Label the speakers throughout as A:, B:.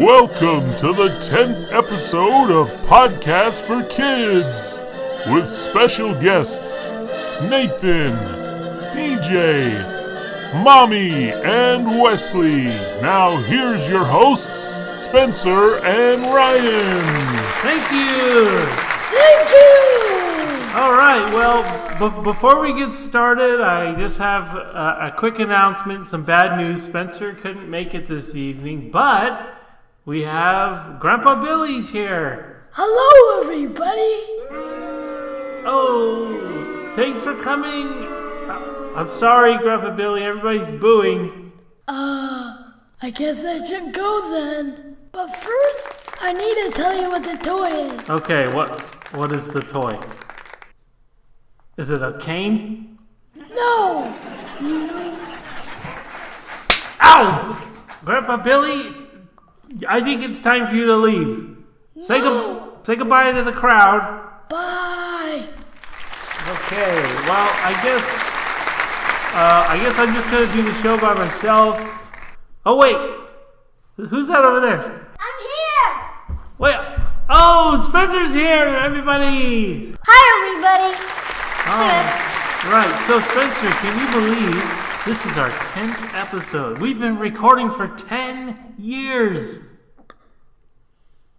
A: Welcome to the 10th episode of Podcast for Kids with special guests Nathan, DJ, Mommy, and Wesley. Now, here's your hosts, Spencer and Ryan.
B: Thank you.
C: Thank you!
B: All right. Well, b- before we get started, I just have a, a quick announcement. Some bad news. Spencer couldn't make it this evening, but we have Grandpa Billy's here.
C: Hello, everybody!
B: Oh, thanks for coming. I- I'm sorry, Grandpa Billy. Everybody's booing.
C: Uh, I guess I should go then. But first, I need to tell you what the toy is.
B: Okay. What? What is the toy? Is it a cane?
C: No! You.
B: Ow! Grandpa Billy, I think it's time for you to leave. Say,
C: No.
B: good, say goodbye to the crowd.
C: Bye!
B: Okay, well, I guess uh, I guess I'm just gonna do the show by myself. Oh wait, who's that over there?
D: I'm here!
B: Wait, oh Spencer's here, everybody!
D: Hi, everybody!
B: Oh, right, so Spencer, can you believe this is our 10th episode? We've been recording for 10 years!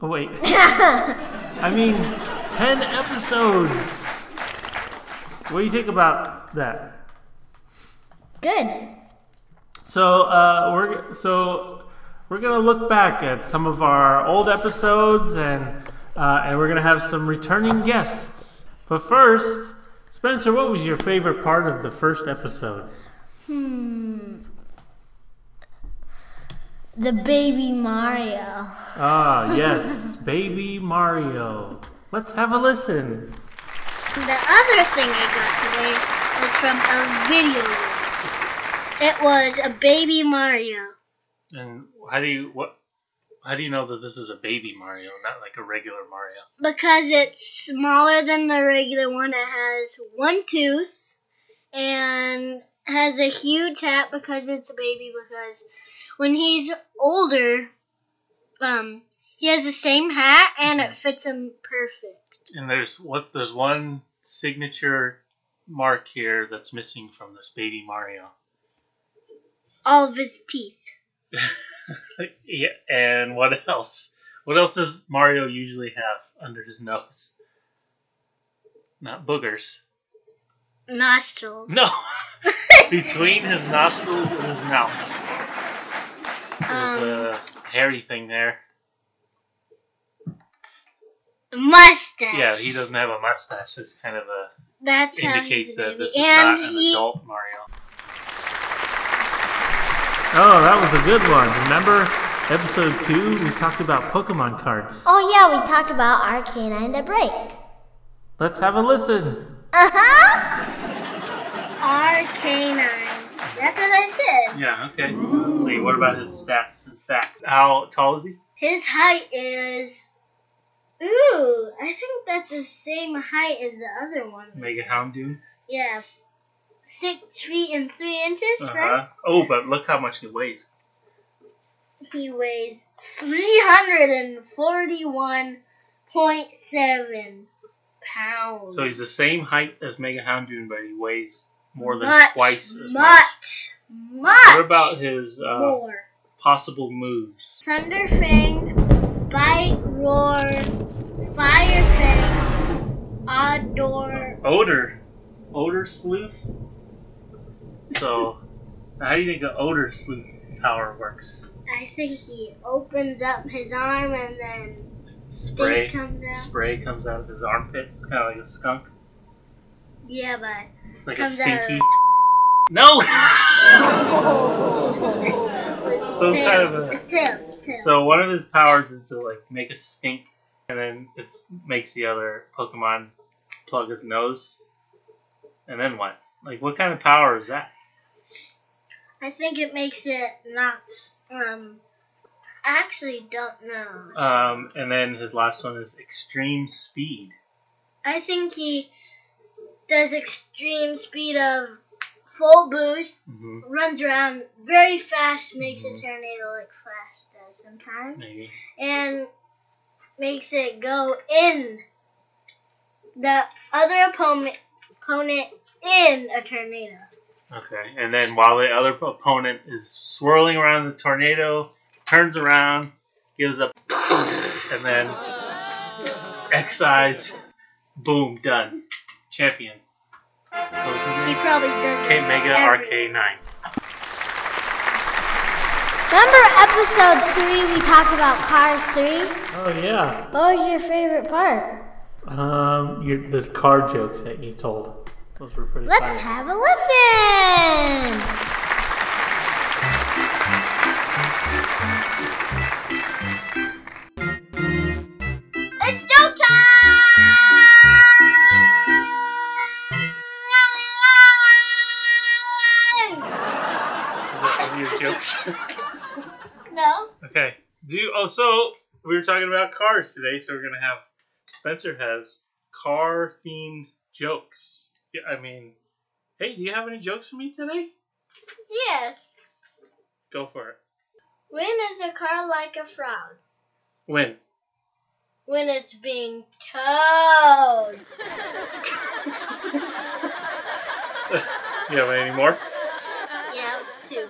B: Oh, wait. I mean, 10 episodes! What do you think about that?
D: Good.
B: So, uh, we're, so we're gonna look back at some of our old episodes and, uh, and we're gonna have some returning guests. But first, Spencer, what was your favorite part of the first episode?
D: The baby Mario.
B: Ah, yes, Baby Mario. Let's have a listen.
D: The other thing I got today was from a video. It was a baby Mario.
B: And how do you what? How do you know that this is a Baby Mario, not like a regular Mario?
D: Because it's smaller than the regular one, it has one tooth and has a huge hat because it's a baby. Because when he's older, um, he has the same hat and it fits him perfect.
B: And there's what? There's one signature mark here that's missing from this Baby Mario.
D: all of his teeth.
B: yeah, and what else? What else does Mario usually have under his nose? Not boogers.
D: Nostrils.
B: No. Between his nostrils and his mouth. There's
D: Um,
B: a hairy thing there.
D: mustache.
B: Yeah, he doesn't have a mustache. It's kind of a
D: That's how
B: indicates
D: he's a
B: that
D: baby.
B: this is not
D: And
B: an
D: he,
B: adult Mario. Oh, that was a good one. Remember episode two? We talked about Pokemon cards.
E: Oh yeah, we talked about our canine the break.
B: Let's have a listen.
E: Uh-huh.
D: our canine. That's what I said.
B: Yeah. Okay. Let's see. What about his stats and facts? How tall is he?
D: His height is. Ooh, I think that's the same height as the other one.
B: Mega Houndoom.
D: Yeah. Six feet and three inches,
B: Uh-huh.
D: right?
B: Oh, but look how much he weighs.
D: He weighs 341.7 pounds.
B: So he's the same height as Mega Houndoon, but he weighs more than
D: much,
B: twice as much.
D: much, much.
B: What about his uh,
D: more?
B: possible moves?
D: Thunder Fang, Bite Roar, Fire Fang, Odd Door.
B: odor, odor sleuth. So, how do you think the odor sleuth power works?
D: I think he opens up his arm and then
B: Spray
D: It comes out.
B: spray comes out of his armpits, kind of like a skunk,
D: yeah, but
B: like
D: Comes
B: a stinky.
D: out.
B: No. so
D: still,
B: kind of a.
D: still, still.
B: So one of his powers is to like make a stink, and then it makes the other Pokemon plug his nose. And then what? Like what kind of power is that?
D: I think it makes it not. Um, I actually don't know.
B: Um, and then his last one is extreme speed.
D: I think he does extreme speed of full boost,
B: hmm
D: runs around very fast, makes
B: Mhm.
D: a tornado like Flash does. sometimes
B: Maybe.
D: and makes it go in the other opponent opponent in a tornado.
B: Okay. And then while the other opponent is swirling around the tornado, turns around, gives up, and then excised. Boom. Done. Champion. So it's
D: He probably does.
B: K
D: it
B: Mega
D: every-
B: RK9.
E: Remember episode 3 we talked about Cars 3?
B: Oh, yeah.
E: What was your favorite part?
B: Um, your, the car jokes that you told. Those were pretty
E: Let's
B: funny.
E: have a listen!
D: It's joke time!
B: Is that one of your jokes?
D: No.
B: okay. Do you, oh, so we were talking about cars today, so we're gonna have Spencer has car themed jokes. Yeah, I mean, hey, do you have any jokes for me today?
D: Yes.
B: Go for it.
D: When is a car like a frog?
B: When?
D: When it's being towed.
B: you have any more?
D: Yeah, two.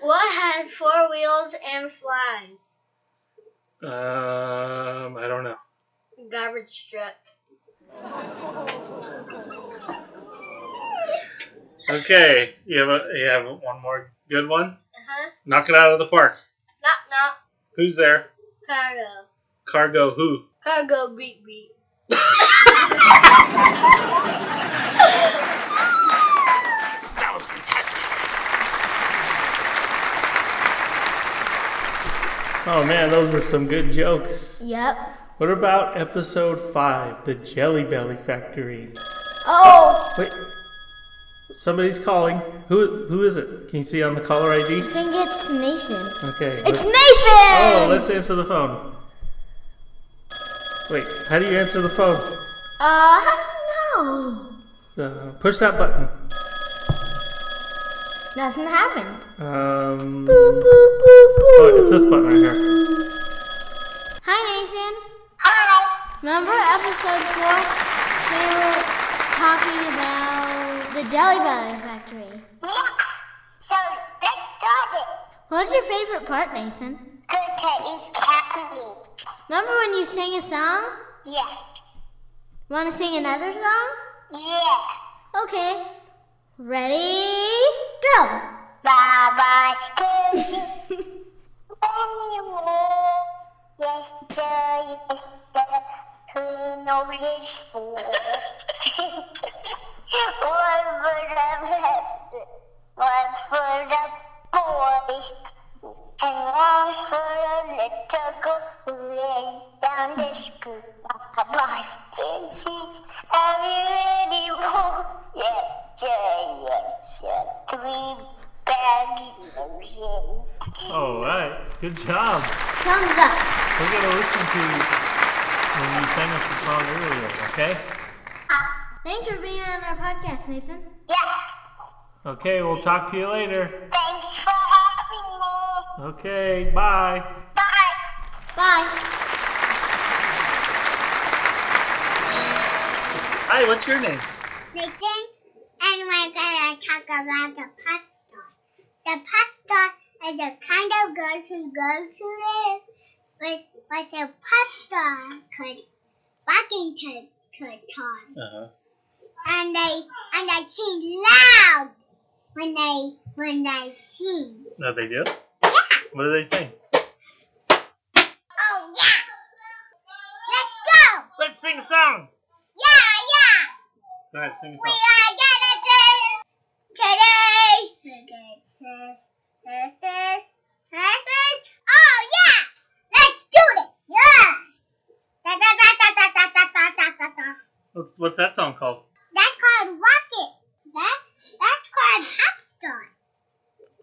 D: What has four wheels and flies?
B: Um, I don't know.
D: Garbage truck.
B: Okay, you have a, you have one more good one.
D: Uh-huh.
B: Knock it out of the park.
D: Knock knock.
B: Who's there?
D: Cargo.
B: Cargo who?
D: Cargo beep beep.
B: Oh man, those were some good jokes.
E: Yep.
B: What about episode 5, the Jelly Belly Factory?
E: Oh,
B: Wait. Somebody's calling. Who who is it? Can you see on the caller ID?
E: I think it's Nathan.
B: Okay. let's-
E: It's Nathan!
B: Oh, let's answer the phone. Wait, how do you answer the phone? Oh,
E: Uh, I don't know.
B: Uh, push that button.
E: Nothing happened.
B: Um
E: Boop, boop, boop, boop.
B: Oh, it's this button right here.
E: Hi, Nathan. Remember episode four? We were talking about the Jelly Belly Factory.
F: Yeah. So let's start it.
E: What's your favorite part, Nathan?
F: Good to eat cat meat.
E: Remember when you sang a song?
F: Yeah.
E: Want to sing another song?
F: Yeah.
E: Okay. Ready? Go.
F: Baba kiss you. Anyway, yes, sir, yes, sir. Queen of the fool. One for the master, one for the boy, and one for the little girl who lays down the school. Baba kiss you. Are you ready? Oh, yes, sir, yes, sir. Three baggy lotions.
B: All right. Good job.
E: Thumbs up.
B: We're going to listen to when you sang us the song earlier, okay?
E: Thanks for being on our podcast, Nathan.
F: Yeah.
B: Okay, we'll talk to you later.
F: Thanks for having me.
B: Okay, bye.
F: Bye.
E: Bye.
B: Hi, what's your name?
F: Nathan and my brother talk about the pet store. The pet store is the kind of girls who go to live with what the pet store could walk into could time.
B: Uh-huh.
F: And they and they sing loud when they when they sing.
B: No, they do? What do they sing?
F: Oh yeah! Let's go!
B: Let's sing a song.
F: Yeah, yeah!
B: Go ahead, sing a
F: We
B: song.
F: are gonna do today. We're gonna do this, this, this, this. Oh yeah! Let's do this! Yeah! Da da da da da da da da da da da.
B: What's, what's that song called?
F: That's called rocket. That's that's called pop star.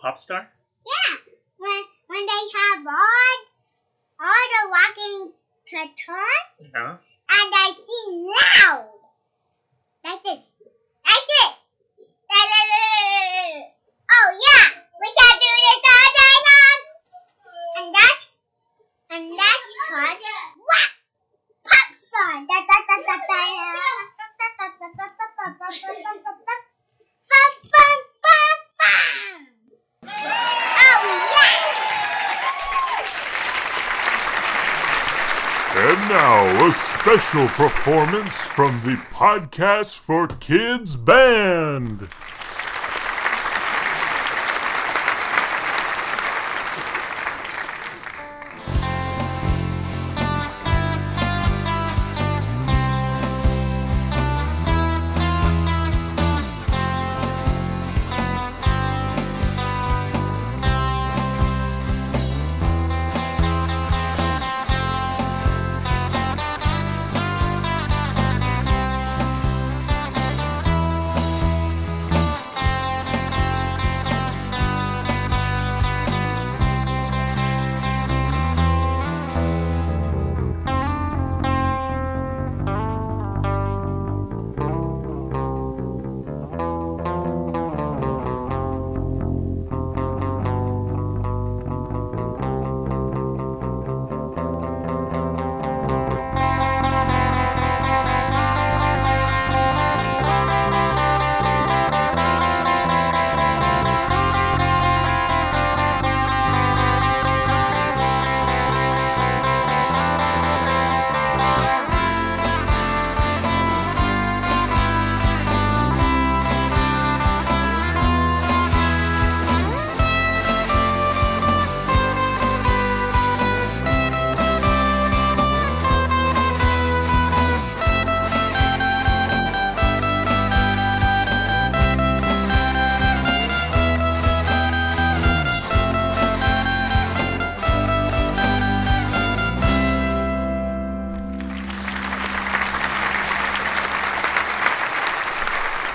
B: Pop Star?
F: Yeah. When when they have all all the walking guitars
B: Yeah.
F: and they sing loud like this, like this. Da, da, da, da, da, da. Oh yeah, we can do this all day. Oh,
A: now, a special performance from the Podcast for Kids Band.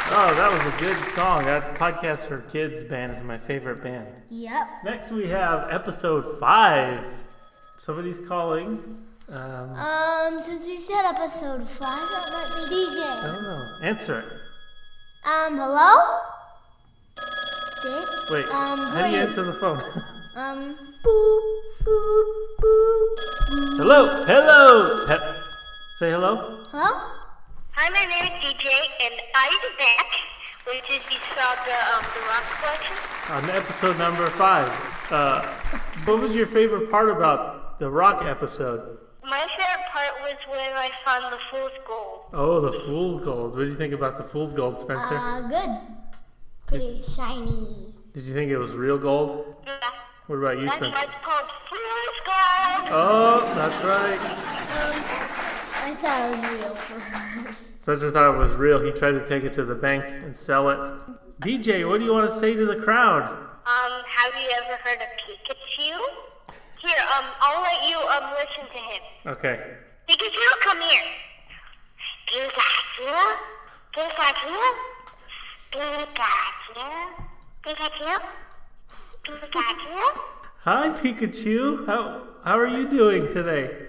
B: Oh, that was a good song. That podcast for kids band is my favorite band.
E: Yep.
B: Next, we have episode five. Somebody's calling. Um,
E: Um, since we said episode five, that might be
B: I
E: DJ.
B: don't know. Answer it.
E: Um, hello? Dick?
B: Wait.
E: Um,
B: how do you
E: wait.
B: answer the phone?
E: Um, boop, boop, boop, boop.
B: hello. Hello. He- say hello.
E: Hello?
F: Hi, my name is DJ, and I'm back, which is you saw the um, the rock collection.
B: On episode number five. Uh, what was your favorite part about the rock episode?
F: My favorite part was when I found the fool's gold.
B: Oh, the fool's gold. What do you think about the fool's gold, Spencer?
E: Uh, good. Pretty shiny.
B: Did you think it was real gold?
F: Yeah.
B: What about you,
F: That's why
B: Spencer?
F: it's called fool's gold.
B: Oh, that's right.
E: I thought it was real first.
B: Spencer thought it was real. He tried to take it to the bank and sell it. DJ, what do you want to say to the crowd?
F: Um, have you ever heard of Pikachu? Here, um, I'll let you um listen to him.
B: Okay.
F: Pikachu, come here. Pikachu, Pikachu, Pikachu, Pikachu, Pikachu.
B: Hi, Pikachu. How how are you doing today?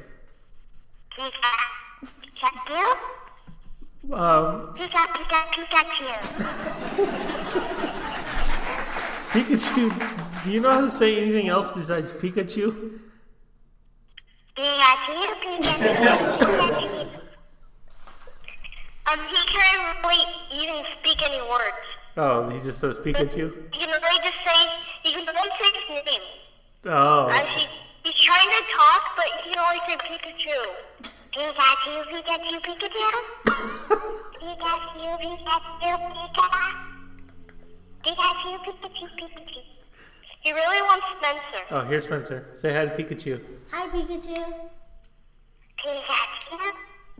F: Pikachu,
B: Um,
F: Pika, Pika, Pikachu.
B: Pikachu, do you know how to say anything else besides Pikachu?
F: Pikachu, Pikachu, Pikachu. Um, he can't really even speak any words.
B: Oh, he just says Pikachu.
F: You can only just say you can only say his name. Uh,
B: Oh,
F: he, he's trying to talk, but he can only say Pikachu. Pikachu, Pikachu, Pikachu. Pikachu, Pikachu, Pikachu. Pikachu, Pikachu, Pikachu. He really wants Spencer.
B: oh, here's Spencer. Say hi to Pikachu.
E: Hi, Pikachu.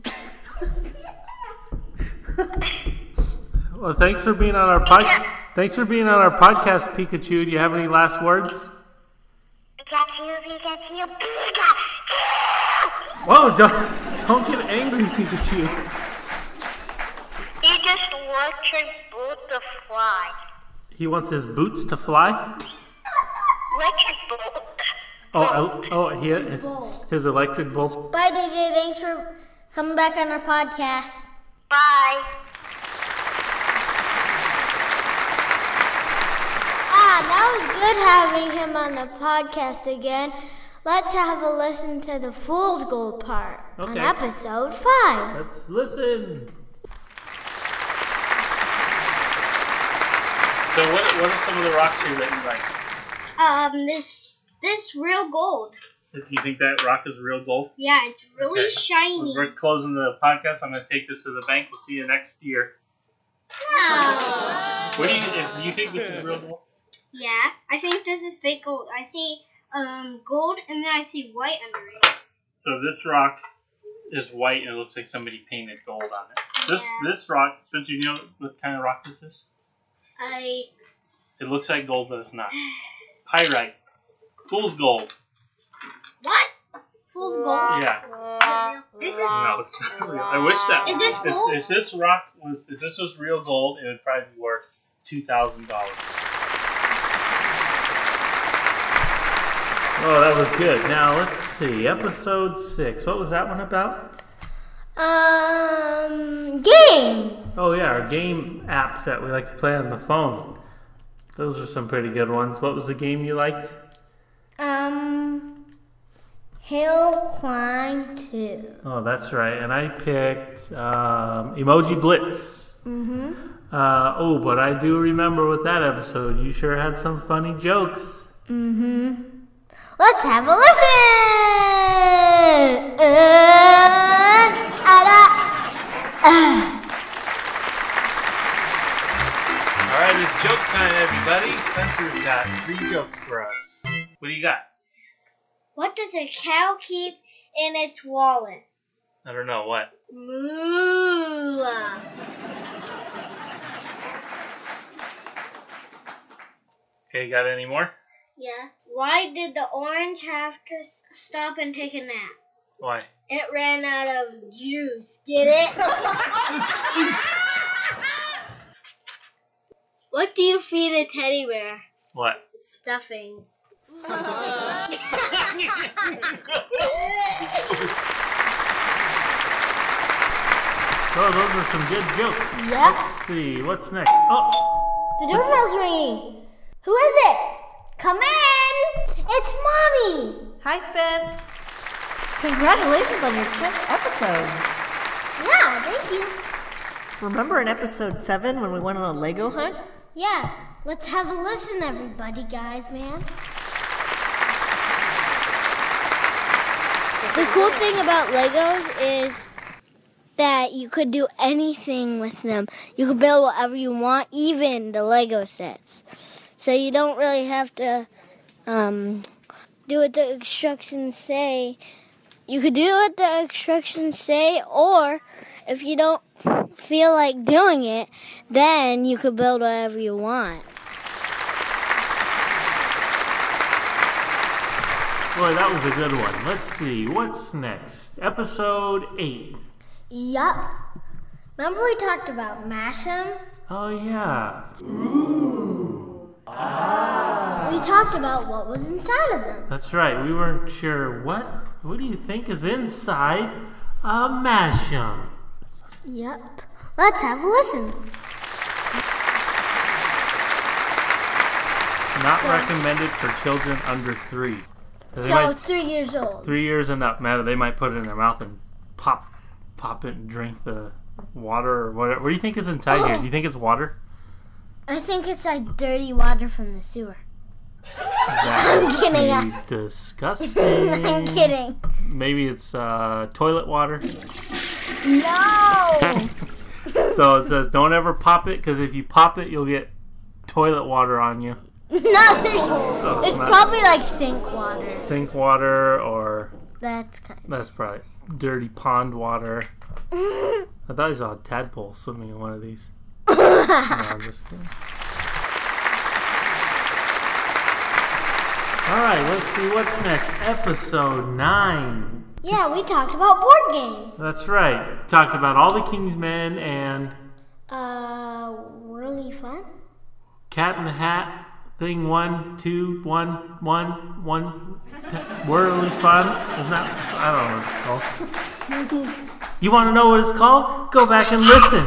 F: Pikachu.
B: Well, thanks for being on our pod. Thanks for being on our podcast, Pikachu. Do you have any last words?
F: Pikachu, Pikachu, Pikachu.
B: Whoa! Don't don't get angry, Pikachu.
F: He just electric bolt the fly.
B: He wants his boots to fly.
F: Electric bolt.
B: Oh, I, oh, he, his electric bolt.
E: Bye, DJ. Thanks for coming back on our podcast.
F: Bye.
E: Ah, that was good having him on the podcast again. Let's have a listen to the Fool's Gold part on
B: Okay.
E: episode five.
B: Let's listen. So, what, what are some of the rocks you're that you like?
D: Um, this this real gold.
B: Do you think that rock is real gold?
D: Yeah, it's really
B: Okay.
D: shiny.
B: We're closing the podcast. I'm going to take this to the bank. We'll see you next year. What do you, do you think this is real gold?
D: Yeah, I think this is fake gold. I see um gold and then I see white under it.
B: So this rock is white and it looks like somebody painted gold on it. This
D: Yeah.
B: this rock, don't you know what kind of rock this is?
D: I
B: It looks like gold, but it's not. Pyrite. Fool's gold.
D: what? Full gold.
B: Yeah.
D: This is
B: No, it's not real. I wish that.
D: Is
B: was-
D: this gold?
B: If, if this rock was, if this was real gold, it would probably be worth two thousand dollars.
G: Oh, that was
B: Good. Now let's see. Episode six. What was that one about?
E: Um, games.
B: Oh yeah, our game apps that we like to play on the phone. Those are some pretty good ones. What was the game you liked?
E: Um, hill climb two.
B: Oh, that's right. And I picked um, Emoji Blitz. Mm-hmm. Uh, oh, but I do remember with that episode, you sure had some funny jokes.
E: Let's have a listen. And, uh,
G: All right, it's joke time, everybody. Spencer's got three jokes for us.
B: What do you got?
D: What does a cow keep in its wallet?
B: I don't know what.
D: Moo.
B: Okay, got any more?
D: Yeah. Why did the orange have to s- stop and take a nap?
B: Why?
D: It ran out of juice. Get it? what do you feed a teddy bear?
B: What?
D: Stuffing.
B: Oh, those are some good jokes.
E: yeah.
B: Let's see, what's next? Oh,
E: The doorbell's ringing. Who is it? Come in. It's mommy.
H: Hi, Spence. Congratulations on your 10th episode.
E: Yeah, thank you.
H: Remember in episode 7 when we went on a Lego hunt?
E: Yeah, let's have a listen, everybody, guys, man. The cool thing about Legos is that you could do anything with them. You could build whatever you want, even the Lego sets. So you don't really have to um, do what the instructions say. You could do what the instructions say, or if you don't feel like doing it, then you could build whatever you want.
B: boy, that was a good one. Let's see, what's next? Episode 8.
E: Yup. Remember we talked about mashems?
B: Oh, yeah.
E: We talked about what was inside of them.
B: That's right. We weren't sure what. What do you think is inside a mashem?
E: Yup. Let's have a listen.
B: Not recommended for children under three. They
E: So
B: might,
E: three years old.
B: three years and up matter. They might put it in their mouth and pop, pop it and drink the water or whatever. What do you think is inside here? Do you think it's water?
E: I think it's like dirty water from the sewer.
B: That
E: I'm kidding.
B: would
E: I-
B: be disgusting.
E: I'm kidding.
B: Maybe it's uh, toilet water.
E: No.
B: So it says don't ever pop it because if you pop it, you'll get toilet water on you.
E: No, there's. It's
B: not-
E: probably like sink water.
B: Sink water or
E: That's kind.
B: That's probably dirty pond water. I thought I saw a tadpole swimming in one of these. No, I'm just kidding. All right, let's see what's next. Episode nine.
E: Yeah, we talked about board games.
B: That's right. Talked about all the king's men and
E: Uh, really fun.
B: Cat in the Hat. Thing one, two, one, one, one. Whirly fun. Isn't that? I don't know what it's called. You want to know what it's called? Go back and listen.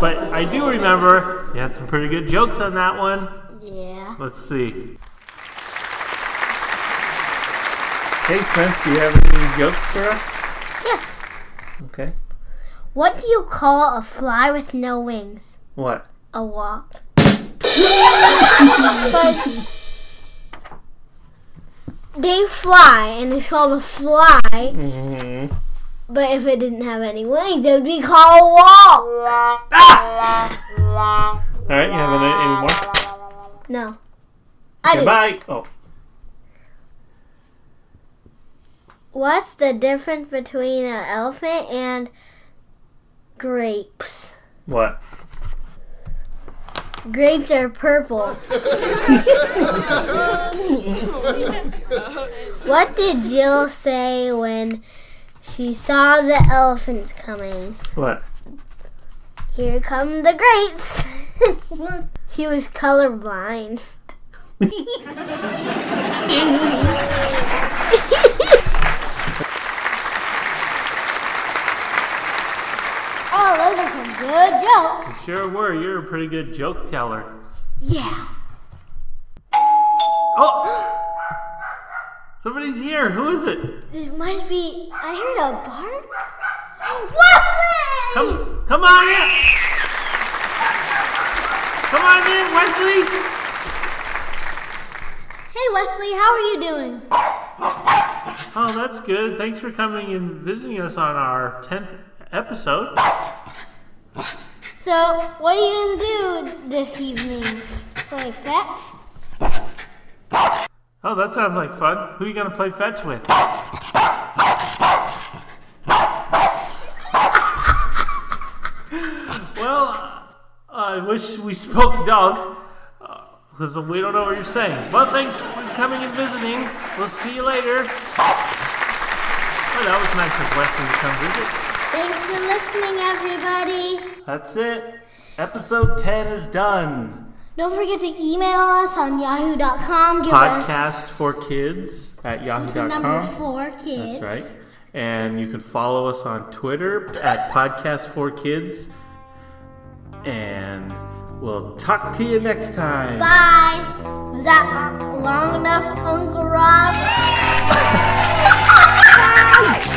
B: But I do remember you had some pretty good jokes on that one.
E: Yeah.
B: Let's see. Hey Spence, do you have any jokes for us?
E: Yes.
B: Okay.
E: What do you call a fly with no wings?
B: What?
E: a walk. but
D: they fly, and it's called a fly.
B: Mhm.
D: But if it didn't have any wings, it would be called a wall.
B: All right, you have any, any more?
D: No, I didn't.
B: Goodbye. Oh,
D: What's the difference between an elephant and grapes?
B: what?
D: Grapes are purple. what did Jill say when she saw the elephants coming?
B: What?
D: Here come the grapes. she was colorblind. oh, those are some good jokes.
B: Sure were. You're a pretty good joke teller.
D: Yeah.
B: Oh! Somebody's here. Who is it?
D: It might be. I heard a bark. Wesley!
B: Come, come on in. Come on in, Wesley.
D: Hey, Wesley, how are you doing?
B: Oh, that's good. Thanks for coming and visiting us on our 10th episode.
D: So, what are you gonna do this evening? Play fetch?
B: Oh, that sounds like fun. Who are you going to play fetch with? well, I wish we spoke dog because we don't know what you're saying. Well, thanks for coming and visiting. We'll see you later. Well, that was nice of Wesley to come visit.
D: Thanks for listening, everybody.
B: That's it. Episode 10 is done.
D: Don't forget to email us on yahoo.com. Give us
B: podcast for kids at
D: the number
B: yahoo.com.
D: four kids.
B: That's right. And you can follow us on Twitter at podcast for kids. And we'll talk to you next time.
D: Bye. Was that long enough, Uncle Rob?